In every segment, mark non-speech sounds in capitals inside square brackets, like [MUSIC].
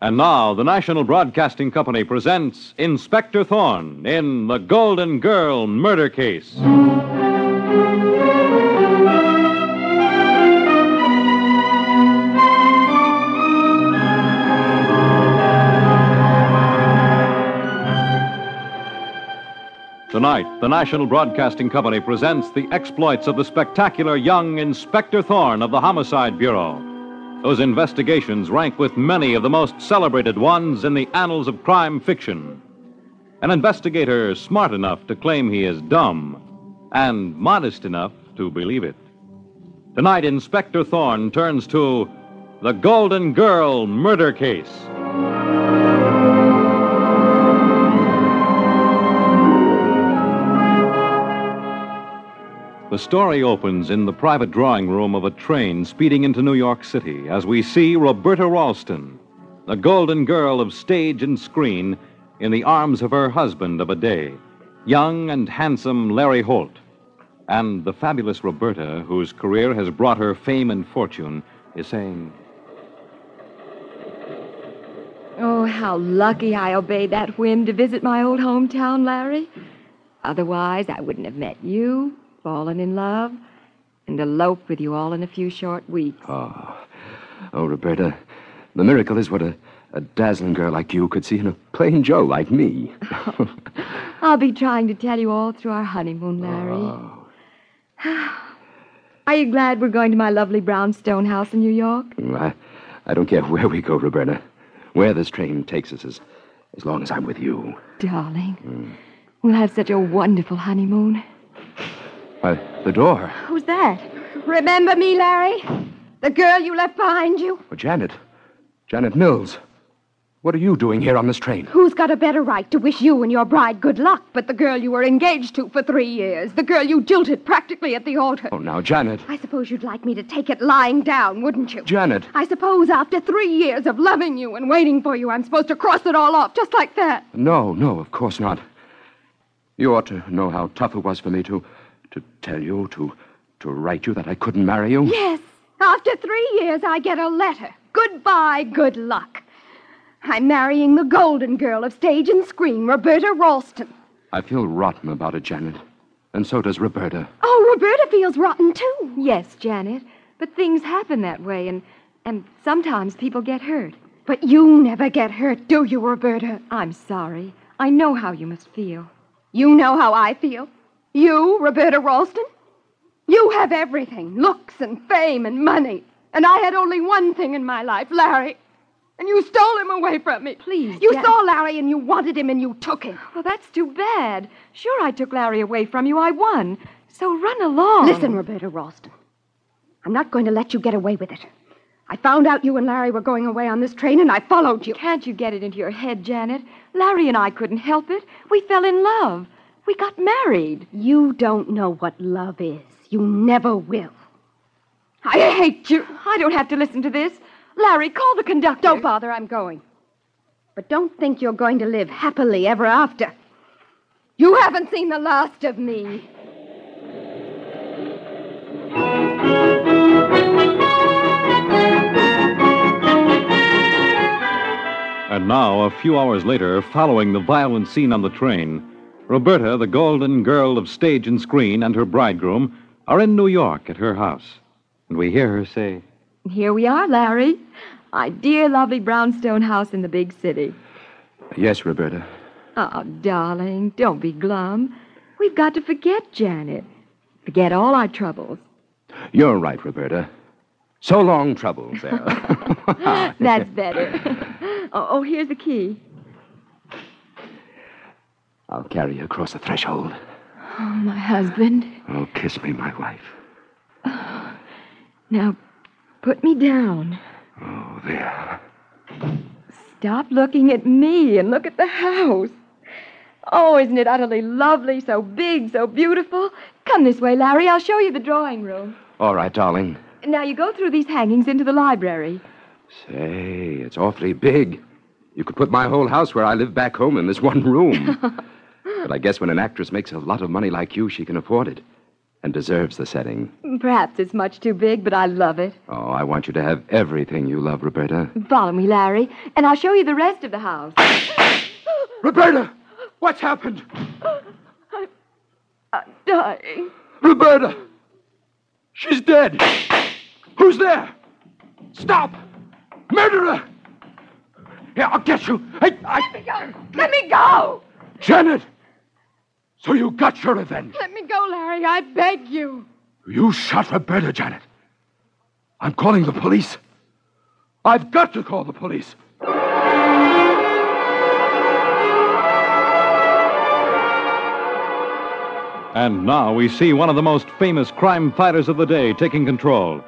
And now, the National Broadcasting Company presents Inspector Thorne in the Golden Girl murder case. Tonight, the National Broadcasting Company presents the exploits of the spectacular young Inspector Thorne of the Homicide Bureau, whose investigations rank with many of the most celebrated ones in the annals of crime fiction. An investigator smart enough to claim he is dumb, and modest enough to believe it. Tonight, Inspector Thorne turns to the Golden Girl murder case. The story opens in the private drawing room of a train speeding into New York City as we see Roberta Ralston, the golden girl of stage and screen, in the arms of her husband of a day, young and handsome Larry Holt. And the fabulous Roberta, whose career has brought her fame and fortune, is saying, Oh, how lucky I obeyed that whim to visit my old hometown, Larry. Otherwise, I wouldn't have met you, fallen in love, and eloped with you all in a few short weeks. Oh, Roberta, the miracle is what a, a dazzling girl like you could see in a plain Joe like me. [LAUGHS] I'll be trying to tell you all through our honeymoon, Larry. [SIGHS] Are you glad we're going to my lovely brownstone house in New York? I, I don't care where we go, Roberta. Where this train takes us, as, as long as I'm with you. Darling, we'll have such a wonderful honeymoon. Why, the door. Who's that? Remember me, Larry? The girl you left behind you? Oh, Janet. Janet Mills. What are you doing here on this train? Who's got a better right to wish you and your bride good luck but the girl you were engaged to for three years? The girl you jilted practically at the altar. Oh, now, Janet. I suppose you'd like me to take it lying down, wouldn't you? Janet. I suppose after three years of loving you and waiting for you, I'm supposed to cross it all off just like that. No, no, of course not. You ought to know how tough it was for me to to tell you, to to write you that I couldn't marry you. Yes. After three years, I get a letter. Goodbye, good luck. I'm marrying the golden girl of stage and screen, Roberta Ralston. I feel rotten about it, Janet. And so does Roberta. Oh, Roberta feels rotten, too. Yes, Janet. But things happen that way, and, and sometimes people get hurt. But you never get hurt, do you, Roberta? I'm sorry. I know how you must feel. You know how I feel? You, Roberta Ralston? You have everything looks and fame and money. And I had only one thing in my life, Larry. And you stole him away from me. Please. You Jan- saw Larry and you wanted him and you took him. Well, Oh, that's too bad. Sure, I took Larry away from you. I won. So run along. Listen, Roberta Ralston. I'm not going to let you get away with it. I found out you and Larry were going away on this train, and I followed you. Can't you get it into your head, Janet? Larry and I couldn't help it. We fell in love. We got married. You don't know what love is. You never will. I hate you. I don't have to listen to this. Larry, call the conductor. Don't bother, I'm going. But don't think you're going to live happily ever after. You haven't seen the last of me. And now, a few hours later, following the violent scene on the train, Roberta, the golden girl of stage and screen, and her bridegroom are in New York at her house. And we hear her say, Here we are, Larry. My dear, lovely brownstone house in the big city. Yes, Roberta. Oh, darling, don't be glum. We've got to forget Janet. Forget all our troubles. You're right, Roberta. So long, [LAUGHS] troubles there. That's [LAUGHS] better. [LAUGHS] oh, oh, here's the key. [LAUGHS] I'll carry you across the threshold. Oh, My husband. Oh, kiss me, my wife. Now, put me down. Oh, there. Stop looking at me and look at the house. Oh, isn't it utterly lovely? So big, so beautiful. Come this way, Larry. I'll show you the drawing room. All right, darling. Now, you go through these hangings into the library. Say, it's awfully big. You could put my whole house where I live back home [LAUGHS] in this one room. but I guess when an actress makes a lot of money like you, she can afford it. and deserves the setting. Perhaps it's much too big, but I love it. Oh, I want you to have everything you love, Roberta. Follow me, Larry, and I'll show you the rest of the house. Roberta! What's happened? I'm Uh, dying. Roberta! She's dead! Who's there? Stop! Murderer! Here, I'll get you! Hey, I... Let me go! Janet! So you got your revenge. Let me go, Larry. I beg you. You shot Roberta, Janet. I'm calling the police. I've got to call the police. And now we see one of the most famous crime fighters of the day taking control.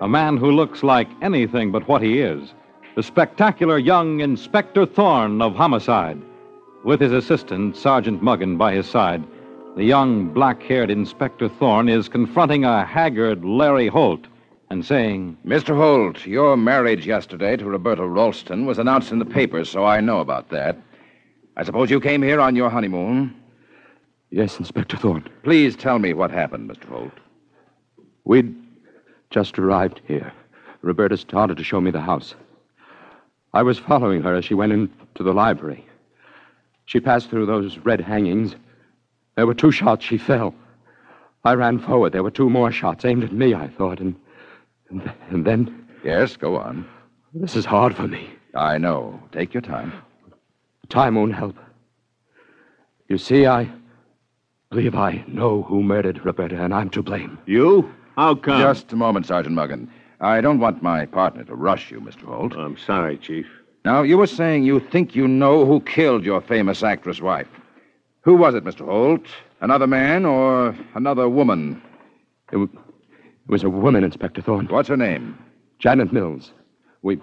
A man who looks like anything but what he is. The spectacular young Inspector Thorne of Homicide. With his assistant, Sergeant Muggan, by his side, the young black haired Inspector Thorne is confronting a haggard Larry Holt and saying, Mr. Holt, your marriage yesterday to Roberta Ralston was announced in the papers, so I know about that. I suppose you came here on your honeymoon. Yes, Inspector Thorne. Please tell me what happened, Mr. Holt. We'd just arrived here. Roberta started to show me the house. I was following her as she went into the library. She passed through those red hangings. There were two shots. She fell. I ran forward. There were two more shots aimed at me, I thought, and, and, and then Yes, go on. this is hard for me. I know. Take your time. Time won't help. You see, I believe I know who murdered Roberta, and I'm to blame. You? How come? Just a moment, Sergeant Muggan. I don't want my partner to rush you, Mr. Holt. I'm sorry, Chief. Now, you were saying you think you know who killed your famous actress wife. Who was it, Mr. Holt? Another man or another woman? It, w- it was a woman, Inspector Thorne. What's her name? Janet Mills. We,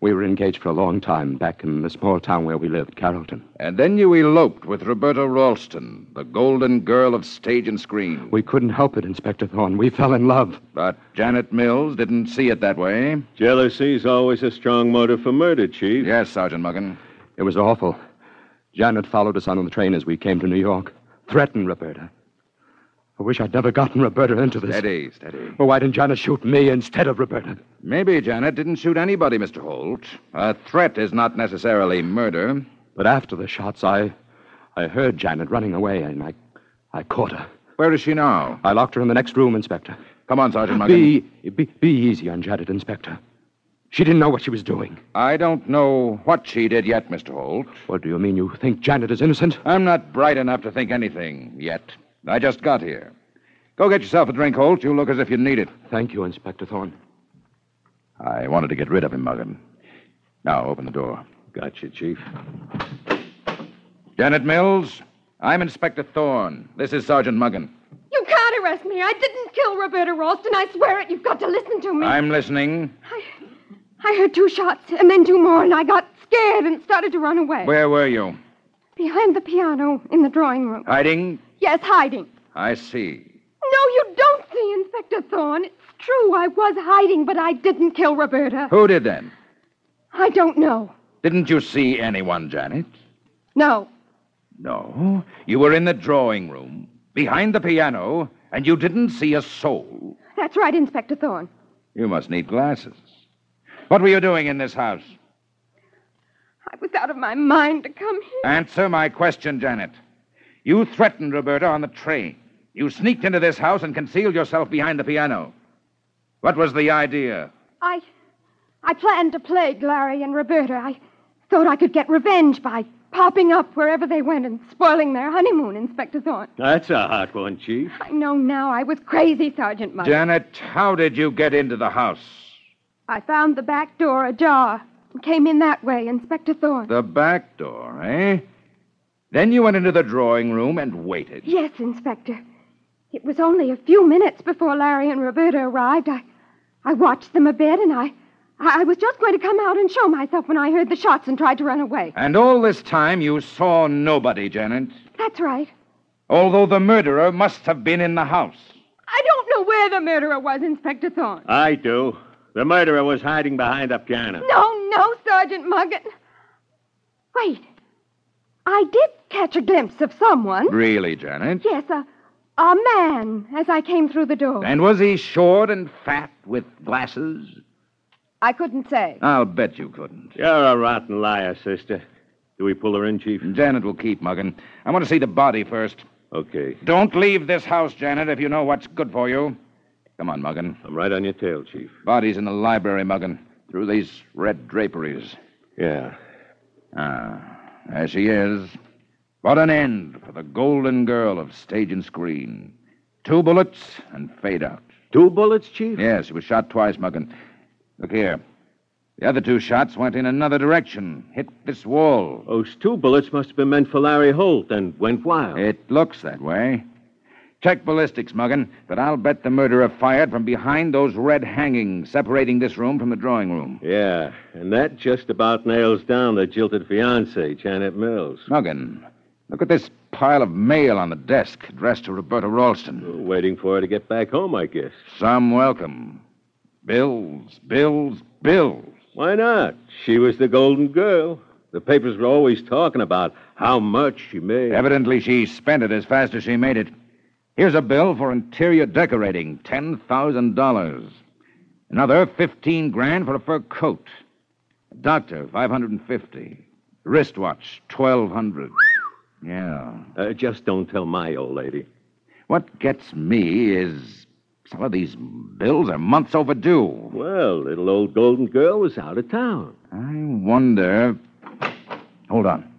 we were engaged for a long time back in the small town where we lived, Carrollton. And then you eloped with Roberta Ralston, the golden girl of stage and screen. We couldn't help it, Inspector Thorne. We fell in love. But Janet Mills didn't see it that way. Jealousy's always a strong motive for murder, Chief. Yes, Sergeant Muggan. It was awful. Janet followed us on the train as we came to New York, threatened Roberta. I wish I'd never gotten Roberta into this. Steady, steady. Well, why didn't Janet shoot me instead of Roberta? Maybe Janet didn't shoot anybody, Mr. Holt. A threat is not necessarily murder. But after the shots, I, I heard Janet running away, and I, I caught her. Where is she now? I locked her in the next room, Inspector. Come on, Sergeant Muggan. Be, be, be easy on Janet, Inspector. She didn't know what she was doing. I don't know what she did yet, Mr. Holt. What do you mean? You think Janet is innocent? I'm not bright enough to think anything yet. I just got here. Go get yourself a drink, Holt. You look as if you need it. Thank you, Inspector Thorne. I wanted to get rid of him, Muggan. Now open the door. Gotcha, Chief. Janet Mills, I'm Inspector Thorne. This is Sergeant Muggan. You can't arrest me. I didn't kill Roberta Ralston. I swear it. You've got to listen to me. I'm listening. I, I heard two shots and then two more, and I got scared and started to run away. Where were you? Behind the piano in the drawing room. Hiding? Yes, hiding. I see. No, you don't see, Inspector Thorne. It's true. I was hiding, but I didn't kill Roberta. Who did then? I don't know. Didn't you see anyone, Janet? No. No. You were in the drawing room, behind the piano, and you didn't see a soul. That's right, Inspector Thorne. You must need glasses. What were you doing in this house? I was out of my mind to come here. Answer my question, Janet. You threatened Roberta on the train. You sneaked into this house and concealed yourself behind the piano. What was the idea? I. I planned to plague Larry and Roberta. I thought I could get revenge by popping up wherever they went and spoiling their honeymoon, Inspector Thorne. That's a hot one, Chief. I know now I was crazy, Sergeant Mugg. Janet, how did you get into the house? I found the back door ajar and came in that way, Inspector Thorne. The back door, eh? Then you went into the drawing room and waited. Yes, Inspector. It was only a few minutes before Larry and Roberta arrived. I, I watched them a bit, and I, I I was just going to come out and show myself when I heard the shots and tried to run away. And all this time you saw nobody, Janet, That's right. although the murderer must have been in the house. I don't know where the murderer was, Inspector Thorne. I do. The murderer was hiding behind a piano. No, no, Sergeant Muggan. Wait. I did catch a glimpse of someone. Really, Janet? Yes, a, A man as I came through the door. And was he short and fat with glasses? I couldn't say. I'll bet you couldn't. You're a rotten liar, sister. Do we pull her in, Chief? Janet will keep Muggin. I want to see the body first. Okay. Don't leave this house, Janet, if you know what's good for you. Come on, Muggin. I'm right on your tail, Chief. Body's in the library, Muggin, through these red draperies. Yeah. Ah, there she is. What an end for the golden girl of stage and screen. Two bullets and fade out. Two bullets, Chief? Yes, she was shot twice, Muggin. Look here. The other two shots went in another direction, hit this wall. Those two bullets must have been meant for Larry Holt and went wild. It looks that way. Check ballistics, Muggin, but I'll bet the murderer fired from behind those red hangings separating this room from the drawing room. Yeah, and that just about nails down the jilted fiancée, Janet Mills. Muggin, look at this pile of mail on the desk addressed to Roberta Ralston. Waiting for her to get back home, I guess. Some welcome. Bills, bills, bills. Why not? She was the golden girl. The papers were always talking about how much she made. Evidently, she spent it as fast as she made it. Here's a bill for interior decorating, $10,000. Another 15 grand for a fur coat. A doctor, 550. Wristwatch, 1200. yeah. Uh, just don't tell my old lady. What gets me is some of these bills are months overdue. Well, little old golden girl was out of town. I wonder. Hold on.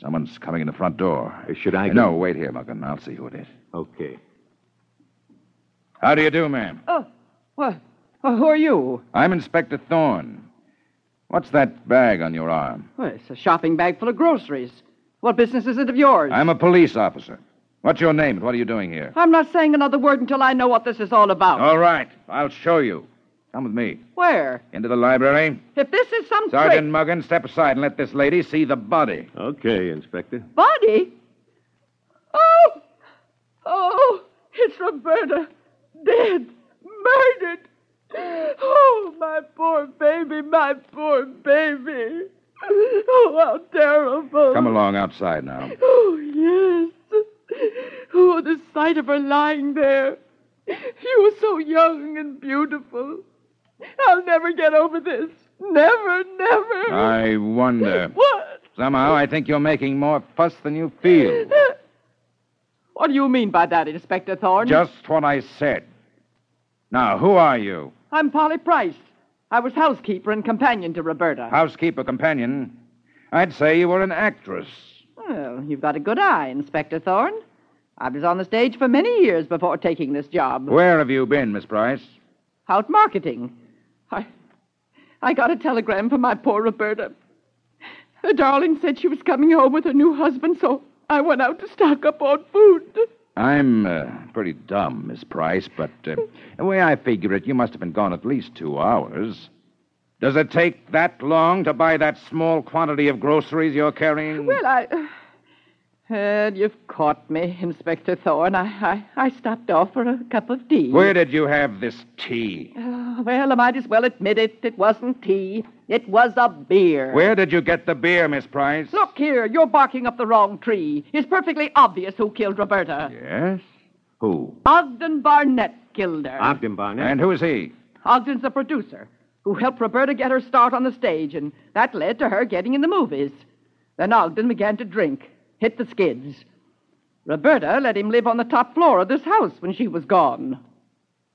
Someone's coming in the front door. Should I? No, wait here, Muggin. I'll see who it is. Okay. How do you do, ma'am? Oh, well, well, Uh, who are you? I'm Inspector Thorne. What's that bag on your arm? Well, it's a shopping bag full of groceries. What business is it of yours? I'm a police officer. What's your name and what are you doing here? I'm not saying another word until I know what this is all about. All right, I'll show you. Come with me. Where? Into the library. If this is some Sergeant Muggin, step aside and let this lady see the body. Okay, Inspector. trick body. Oh, oh, it's Roberta, dead, murdered. Oh, my poor baby, my poor baby. Oh, how terrible. Come along outside now. Oh, yes. Oh, the sight of her lying there. You were so young and beautiful. I'll never get over this. Never, never. I wonder. What? Somehow I think you're making more fuss than you feel. What do you mean by that, Inspector Thorne? Just what I said. Now, who are you? I'm Polly Price. I was housekeeper and companion to Roberta. Housekeeper companion. I'd say you were an actress. Well, you've got a good eye, Inspector Thorne. I was on the stage for many years before taking this job. Where have you been, Miss Price? Out marketing. I, I got a telegram from my poor Roberta. Her darling said she was coming home with her new husband, so I went out to stock up on food. I'm uh, pretty dumb, Miss Price, but uh, the way I figure it, you must have been gone at least two hours. Does it take that long to buy that small quantity of groceries you're carrying? Well, I. uh, And you've caught me, Inspector Thorne. I, I, I stopped off for a cup of tea. Where did you have this tea? Oh, well, I might as well admit it. It wasn't tea. It was a beer. Where did you get the beer, Miss Price? Look here, you're barking up the wrong tree. It's perfectly obvious who killed Roberta. Yes? Who? Ogden Barnett killed her. Ogden Barnett. And who is he? Ogden's the producer who helped Roberta get her start on the stage, and that led to her getting in the movies. Then Ogden began to drink, hit the skids. Roberta let him live on the top floor of this house when she was gone.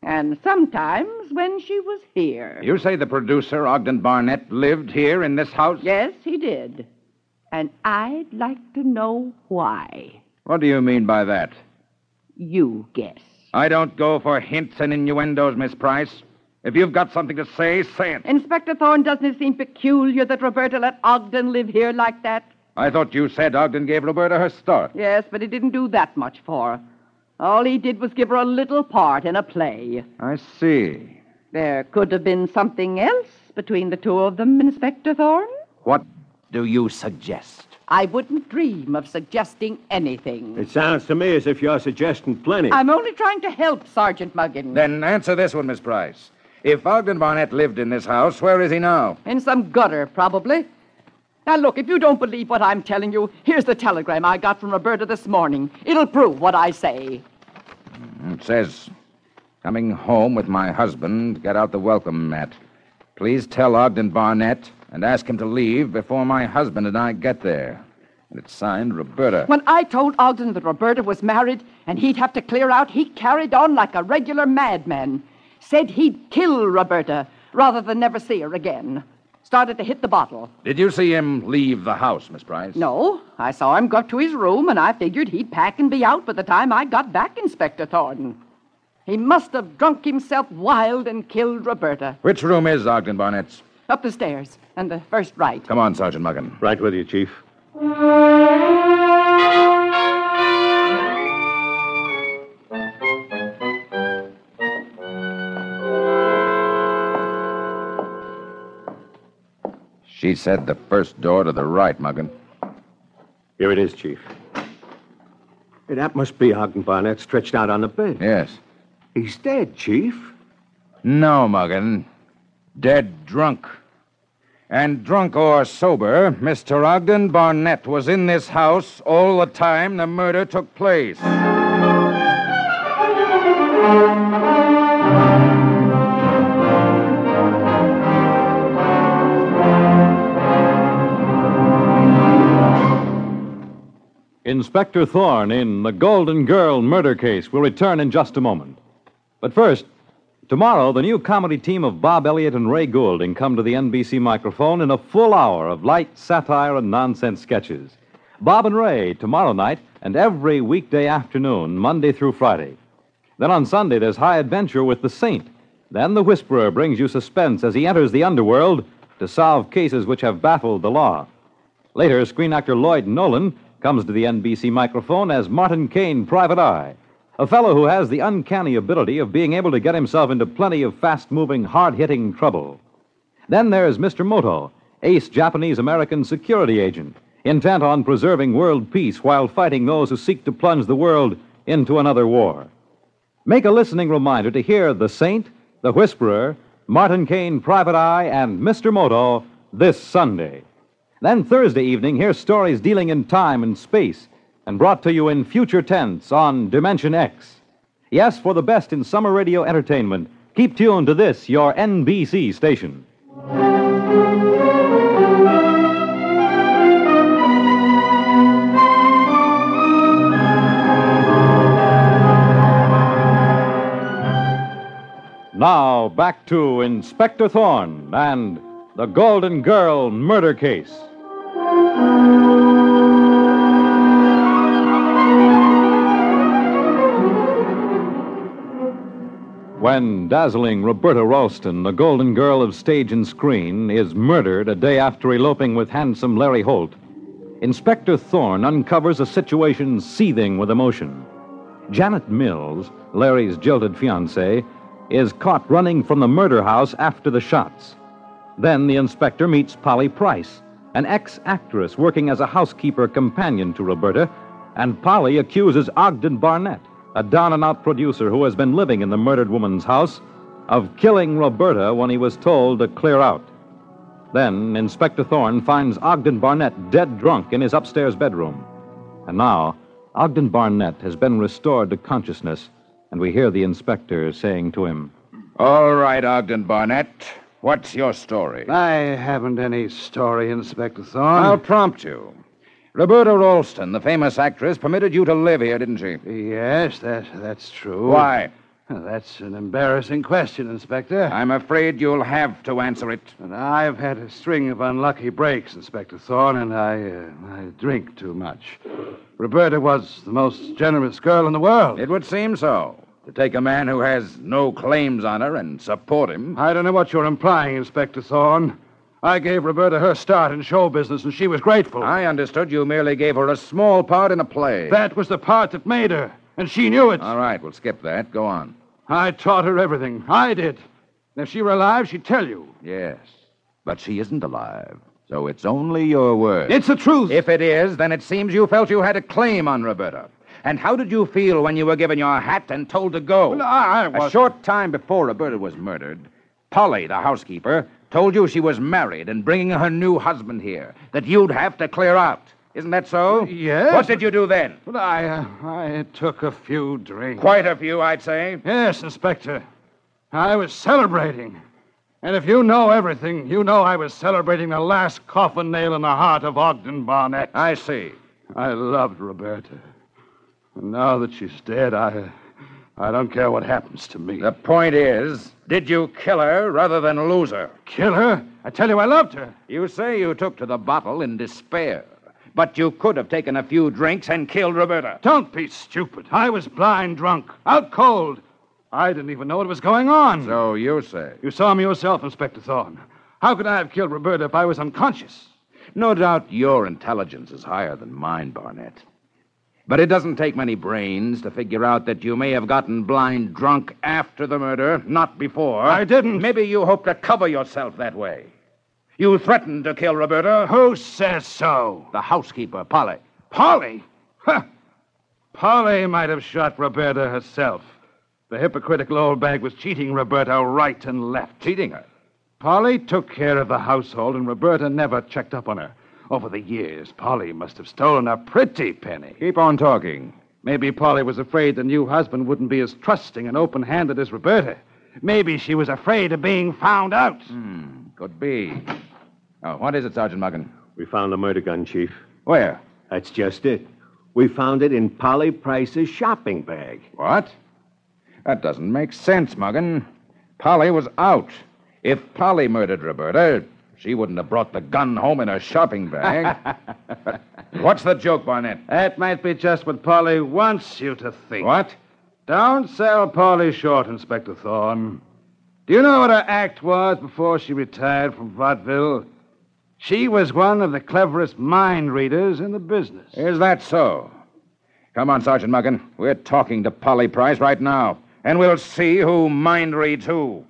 And sometimes when she was here. You say the producer, Ogden Barnett, lived here in this house? Yes, he did. And I'd like to know why. What do you mean by that? You guess. I don't go for hints and innuendos, Miss Price. If you've got something to say, say it. Inspector Thorne, doesn't it seem peculiar that Roberta let Ogden live here like that? I thought you said Ogden gave Roberta her start. Yes, but he didn't do that much for her. All he did was give her a little part in a play. I see. There could have been something else between the two of them, Inspector Thorne. What do you suggest? I wouldn't dream of suggesting anything. It sounds to me as if you're suggesting plenty. I'm only trying to help Sergeant Muggin. Then answer this one, Miss Price. If Ogden Barnett lived in this house, where is he now? In some gutter, probably. Now, look, if you don't believe what I'm telling you, here's the telegram I got from Roberta this morning. It'll prove what I say. It says, Coming home with my husband, get out the welcome mat. Please tell Ogden Barnett and ask him to leave before my husband and I get there. And it's signed Roberta. When I told Ogden that Roberta was married and he'd have to clear out, he carried on like a regular madman. Said he'd kill Roberta rather than never see her again. Started to hit the bottle. Did you see him leave the house, Miss Price? No, I saw him go up to his room, and I figured he'd pack and be out by the time I got back, Inspector Thornton. He must have drunk himself wild and killed Roberta. Which room is Ogden Barnett's? Up the stairs, and the first right. Come on, Sergeant Muggan. Right with you, Chief. She said the first door to the right, Muggan. Here it is, Chief. Hey, that must be Ogden Barnett stretched out on the bed. Yes. He's dead, Chief. No, Muggan. Dead drunk. And drunk or sober, Mr. Ogden Barnett was in this house all the time the murder took place. Inspector Thorne in the Golden Girl murder case will return in just a moment. But first, tomorrow the new comedy team of Bob Elliott and Ray Goulding come to the NBC microphone in a full hour of light satire and nonsense sketches. Bob and Ray tomorrow night and every weekday afternoon, Monday through Friday. Then on Sunday there's High Adventure with the Saint. Then the Whisperer brings you suspense as he enters the underworld to solve cases which have baffled the law. Later, screen actor Lloyd Nolan comes to the NBC microphone as Martin Kane, Private Eye, a fellow who has the uncanny ability of being able to get himself into plenty of fast moving, hard hitting trouble. Then there's Mr. Moto, ace Japanese American security agent, intent on preserving world peace while fighting those who seek to plunge the world into another war. Make a listening reminder to hear The Saint, The Whisperer, Martin Kane, Private Eye, and Mr. Moto this Sunday. Then Thursday evening, hear stories dealing in time and space and brought to you in future tense on Dimension X. Yes, for the best in summer radio entertainment, keep tuned to this, your NBC station. Now, back to Inspector Thorne and the Golden Girl murder case. When dazzling Roberta Ralston, the Golden Girl of stage and screen, is murdered a day after eloping with handsome Larry Holt, Inspector Thorne uncovers a situation seething with emotion. Janet Mills, Larry's jilted fiancée, is caught running from the murder house after the shots. Then the inspector meets Polly Price, an ex actress working as a housekeeper companion to Roberta, and Polly accuses Ogden Barnett, a down and out producer who has been living in the murdered woman's house, of killing Roberta when he was told to clear out. Then Inspector Thorne finds Ogden Barnett dead drunk in his upstairs bedroom. And now, Ogden Barnett has been restored to consciousness, and we hear the inspector saying to him, All right, Ogden Barnett. What's your story? I haven't any story, Inspector Thorne. I'll prompt you. Roberta Ralston, the famous actress, permitted you to live here, didn't she? Yes, that, that's true. Why? That's an embarrassing question, Inspector. I'm afraid you'll have to answer it. And I've had a string of unlucky breaks, Inspector Thorne, and I, uh, I drink too much. Roberta was the most generous girl in the world. It would seem so. To take a man who has no claims on her and support him. I don't know what you're implying, Inspector Thorne. I gave Roberta her start in show business, and she was grateful. I understood you merely gave her a small part in a play. That was the part that made her, and she knew it. All right, we'll skip that. Go on. I taught her everything. I did. And if she were alive, she'd tell you. Yes. But she isn't alive, so it's only your word. It's the truth. If it is, then it seems you felt you had a claim on Roberta. And how did you feel when you were given your hat and told to go? Well, I, I A was. short time before Roberta was murdered, Polly, the housekeeper, Told you she was married and bringing her new husband here, that you'd have to clear out. Isn't that so? yes, What did you do then? But I, uh, I took a few drinks. Quite a few, I'd say. Yes, Inspector. I was celebrating. And if you know everything, you know I was celebrating the last coffin nail in the heart of Ogden Barnett. I see. I loved Roberta. And now that she's dead, I, I don't care what happens to me. The point is, did you kill her rather than lose her? Kill her? I tell you, I loved her. You say you took to the bottle in despair, but you could have taken a few drinks and killed Roberta. Don't be stupid. I was blind drunk, out cold. I didn't even know what was going on. So you say. You saw me yourself, Inspector Thorne. How could I have killed Roberta if I was unconscious? No doubt your intelligence is higher than mine, Barnett. But it doesn't take many brains to figure out that you may have gotten blind drunk after the murder, not before. I didn't. Maybe you hoped to cover yourself that way. You threatened to kill Roberta. Who says so? The housekeeper, Polly. Polly? Huh. Polly might have shot Roberta herself. The hypocritical old bag was cheating Roberta right and left. Cheating her. Polly took care of the household, and Roberta never checked up on her. Over the years, Polly must have stolen a pretty penny. Keep on talking. Maybe Polly was afraid the new husband wouldn't be as trusting and open handed as Roberta. Maybe she was afraid of being found out. Hmm, Could be. Oh, what is it, Sergeant Muggan? We found a murder gun, Chief. Where? That's just it. We found it in Polly Price's shopping bag. What? That doesn't make sense, Muggan. Polly was out. If Polly murdered Roberta, she wouldn't have brought the gun home in her shopping [LAUGHS] bag. What's the joke, Barnett? That might be just what Polly wants you to think. What? Don't sell Polly short, Inspector Thorne. Do you know what her act was before she retired from vaudeville? She was one of the cleverest mind readers in the business. Is that so? Come on, Sergeant Muggan. We're talking to Polly Price right now, and we'll see who mind reads who.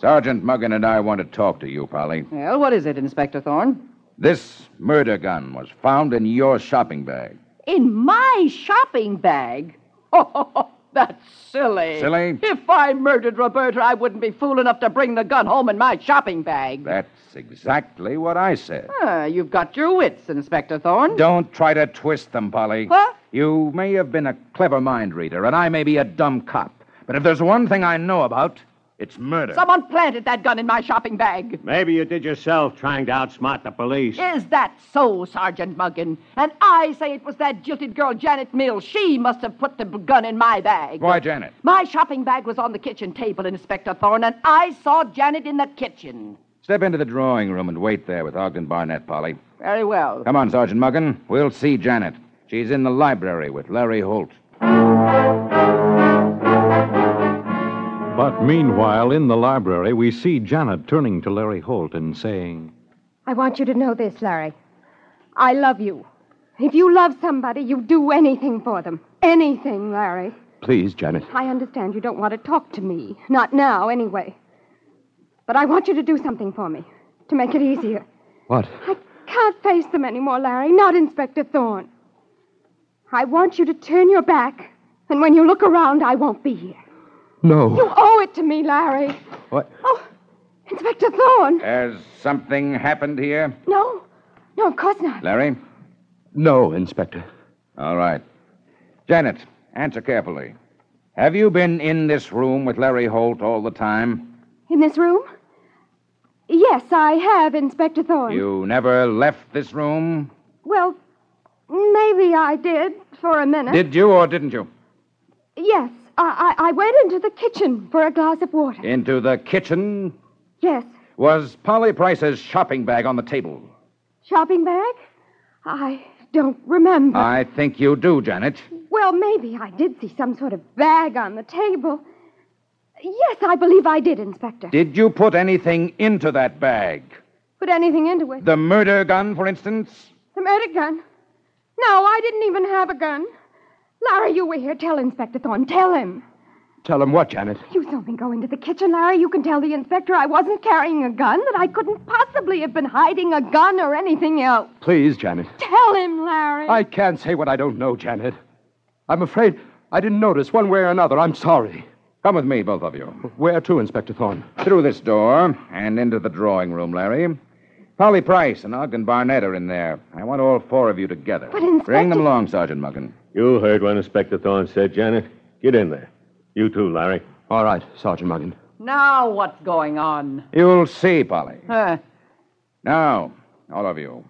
Sergeant Muggan and I want to talk to you, Polly. Well, what is it, Inspector Thorne? This murder gun was found in your shopping bag. In my shopping bag? [LAUGHS] Oh, that's silly. Silly? If I murdered Roberta, I wouldn't be fool enough to bring the gun home in my shopping bag. That's exactly what I said. Ah, you've got your wits, Inspector Thorne. Don't try to twist them, Polly. What? You may have been a clever mind reader, and I may be a dumb cop. But if there's one thing I know about, it's murder. Someone planted that gun in my shopping bag. Maybe you did yourself trying to outsmart the police. Is that so, Sergeant Muggan? And I say it was that jilted girl, Janet Mills. She must have put the b- gun in my bag. Why, Janet? My shopping bag was on the kitchen table, Inspector Thorne, and I saw Janet in that kitchen. Step into the drawing room and wait there with Ogden Barnett, Polly. Very well. Come on, Sergeant Muggan. We'll see Janet. She's in the library with Larry Holt. But meanwhile, in the library, we see Janet turning to Larry Holt and saying, I want you to know this, Larry. I love you. If you love somebody, you do anything for them. Anything, Larry. Please, Janet. I understand you don't want to talk to me. Not now, anyway. But I want you to do something for me to make it easier. What? I can't face them anymore, Larry. Not Inspector Thorne. I want you to turn your back, and when you look around, I won't be here. No. You owe it to me, Larry. What? Oh, Inspector Thorne. Has something happened here, No. No, of course not. Larry? No, Inspector. All right. Janet, answer carefully. Have you been in this room with Larry Holt all the time? In this room? Yes, I have, Inspector Thorne. You never left this room? Well, maybe I did for a minute. Did you or didn't you? Yes, I, I, I went into the kitchen for a glass of water. Into the kitchen? Yes. Was Polly Price's shopping bag on the table? Shopping bag? I don't remember. I think you do, Janet. Well, maybe I did see some sort of bag on the table. Yes, I believe I did, Inspector. Did you put anything into that bag? Put anything into it. The murder gun, for instance? The murder gun? No, I didn't even have a gun. Larry, you were here. Tell Inspector Thorne. Tell him. Tell him what, Janet? You saw me go into the kitchen, Larry. You can tell the inspector I wasn't carrying a gun, that I couldn't possibly have been hiding a gun or anything else. Please, Janet. Tell him, Larry. I can't say what I don't know, Janet. I'm afraid I didn't notice one way or another. I'm sorry. Come with me, both of you. Where to, Inspector Thorne? Through this door and into the drawing room, Larry. Polly Price and Ogden Barnett are in there. I want all four of you together. But, Inspector- Bring them along, Sergeant Munkin. You heard what Inspector Thorne said, Janet. Get in there. You too, Larry. All right, Sergeant Muggin. Now what's going on? You'll see, Polly. Uh, Now, all of you.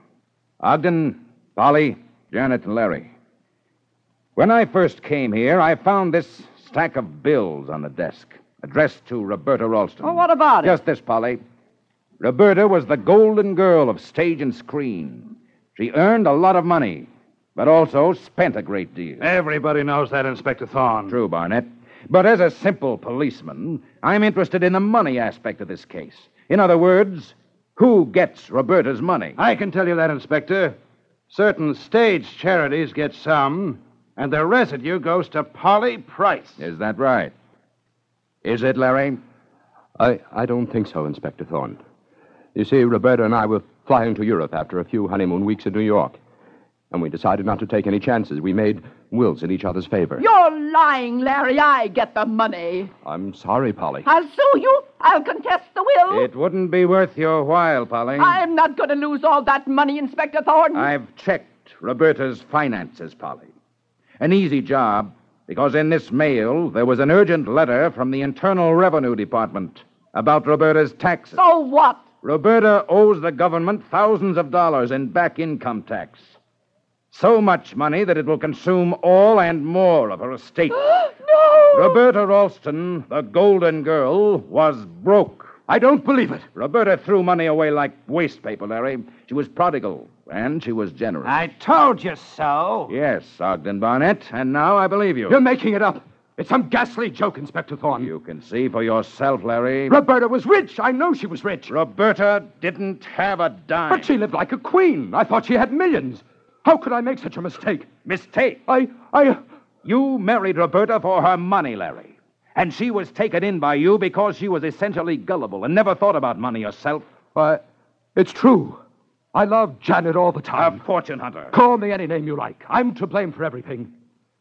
Ogden, Polly, Janet, and Larry. When I first came here, I found this stack of bills on the desk, addressed to Roberta Ralston. well, what about it? Just this, Polly. Roberta was the golden girl of stage and screen. She earned a lot of money, but also spent a great deal. Everybody knows that, Inspector Thorne. True, Barnett. But as a simple policeman, I'm interested in the money aspect of this case. In other words, who gets Roberta's money? I can tell you that, Inspector. Certain stage charities get some, and the residue goes to Polly Price. Is that right? Is it, Larry? I, I don't think so, Inspector Thorne. You see, Roberta and I were flying to Europe after a few honeymoon weeks in New York, and we decided not to take any chances. We made wills in each other's favor. You're lying, Larry. I get the money. I'm sorry, Polly. I'll sue you. I'll contest the will. It wouldn't be worth your while, Polly. I'm not going to lose all that money, Inspector Thorne. I've checked Roberta's finances, Polly. An easy job, because in this mail there was an urgent letter from the Internal Revenue Department about Roberta's taxes. So what? Roberta owes the government thousands of dollars in back income tax. So much money that it will consume all and more of her estate. [GASPS] No! Roberta Ralston, the golden girl, was broke. I don't believe it. Roberta threw money away like waste paper, Larry. She was prodigal, and she was generous. I told you so. Yes, Ogden Barnett, and now I believe you. You're making it up. It's some ghastly joke, Inspector Thorne. You can see for yourself, Larry. Roberta was rich. I know she was rich. Roberta didn't have a dime. But she lived like a queen. I thought she had millions. How could I make such a mistake? Mistake. I, I, uh, You married Roberta for her money, Larry. And she was taken in by you because she was essentially gullible and never thought about money herself. I, it's true. I love Janet all the A time. fortune hunter. Call me any name you like. I'm to blame for everything.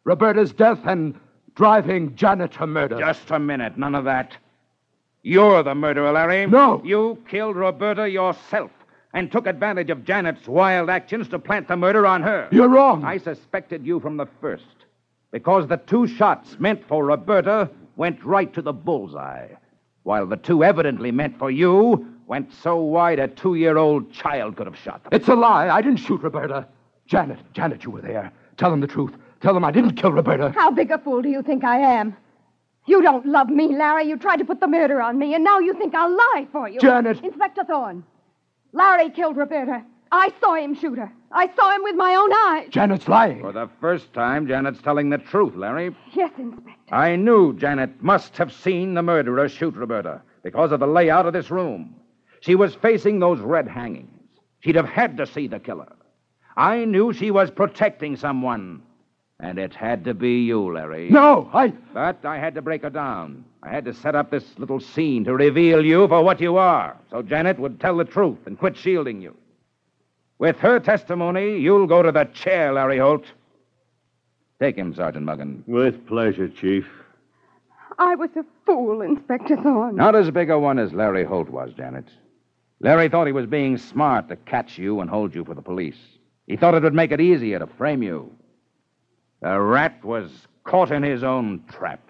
Roberta's death and driving Janet to murder. Just a minute, none of that. You're the murderer, Larry. No. You killed Roberta yourself and took advantage of Janet's wild actions to plant the murder on her. You're wrong. I suspected you from the first because the two shots meant for Roberta went right to the bullseye, while the two evidently meant for you went so wide a two year old child could have shot them. It's a lie. I didn't shoot Roberta. Janet, Janet, you were there. Tell them the truth. Tell them I didn't kill [LAUGHS] Roberta. How big a fool do you think I am? You don't love me, Larry. You tried to put the murder on me, and now you think I'll lie for you. Janet. Inspector Thorne. Larry killed Roberta. I saw him shoot her. I saw him with my own eyes. Janet's lying. For the first time, Janet's telling the truth, Larry. Yes, Inspector. I knew Janet must have seen the murderer shoot Roberta because of the layout of this room. She was facing those red hangings. She'd have had to see the killer. I knew she was protecting someone. And it had to be you, Larry. No, I. But I had to break her down. I had to set up this little scene to reveal you for what you are, so Janet would tell the truth and quit shielding you. With her testimony, you'll go to the chair, Larry Holt. Take him, Sergeant Muggan. With pleasure, Chief. I was a fool, Inspector Thorne. Not as big a one as Larry Holt was, Janet. Larry thought he was being smart to catch you and hold you for the police. He thought it would make it easier to frame you. The rat was caught in his own trap.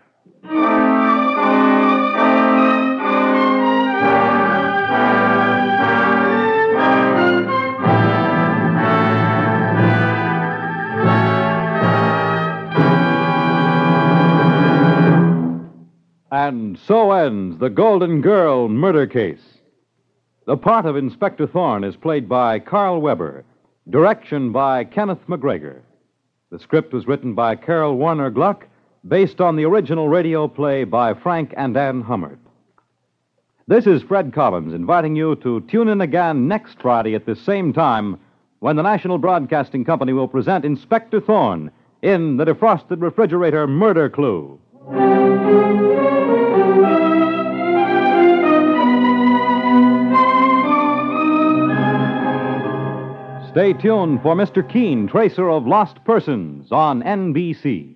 And so ends the Golden Girl murder case. The part of Inspector Thorne is played by Carl Weber, direction by Kenneth McGregor. The script was written by Carol Warner Gluck, based on the original radio play by Frank and Ann Hummert. This is Fred Collins inviting you to tune in again next Friday at the same time when the National Broadcasting Company will present Inspector Thorne in The Defrosted Refrigerator Murder Clue. Stay tuned for Mr. Keene, Tracer of Lost Persons, on NBC.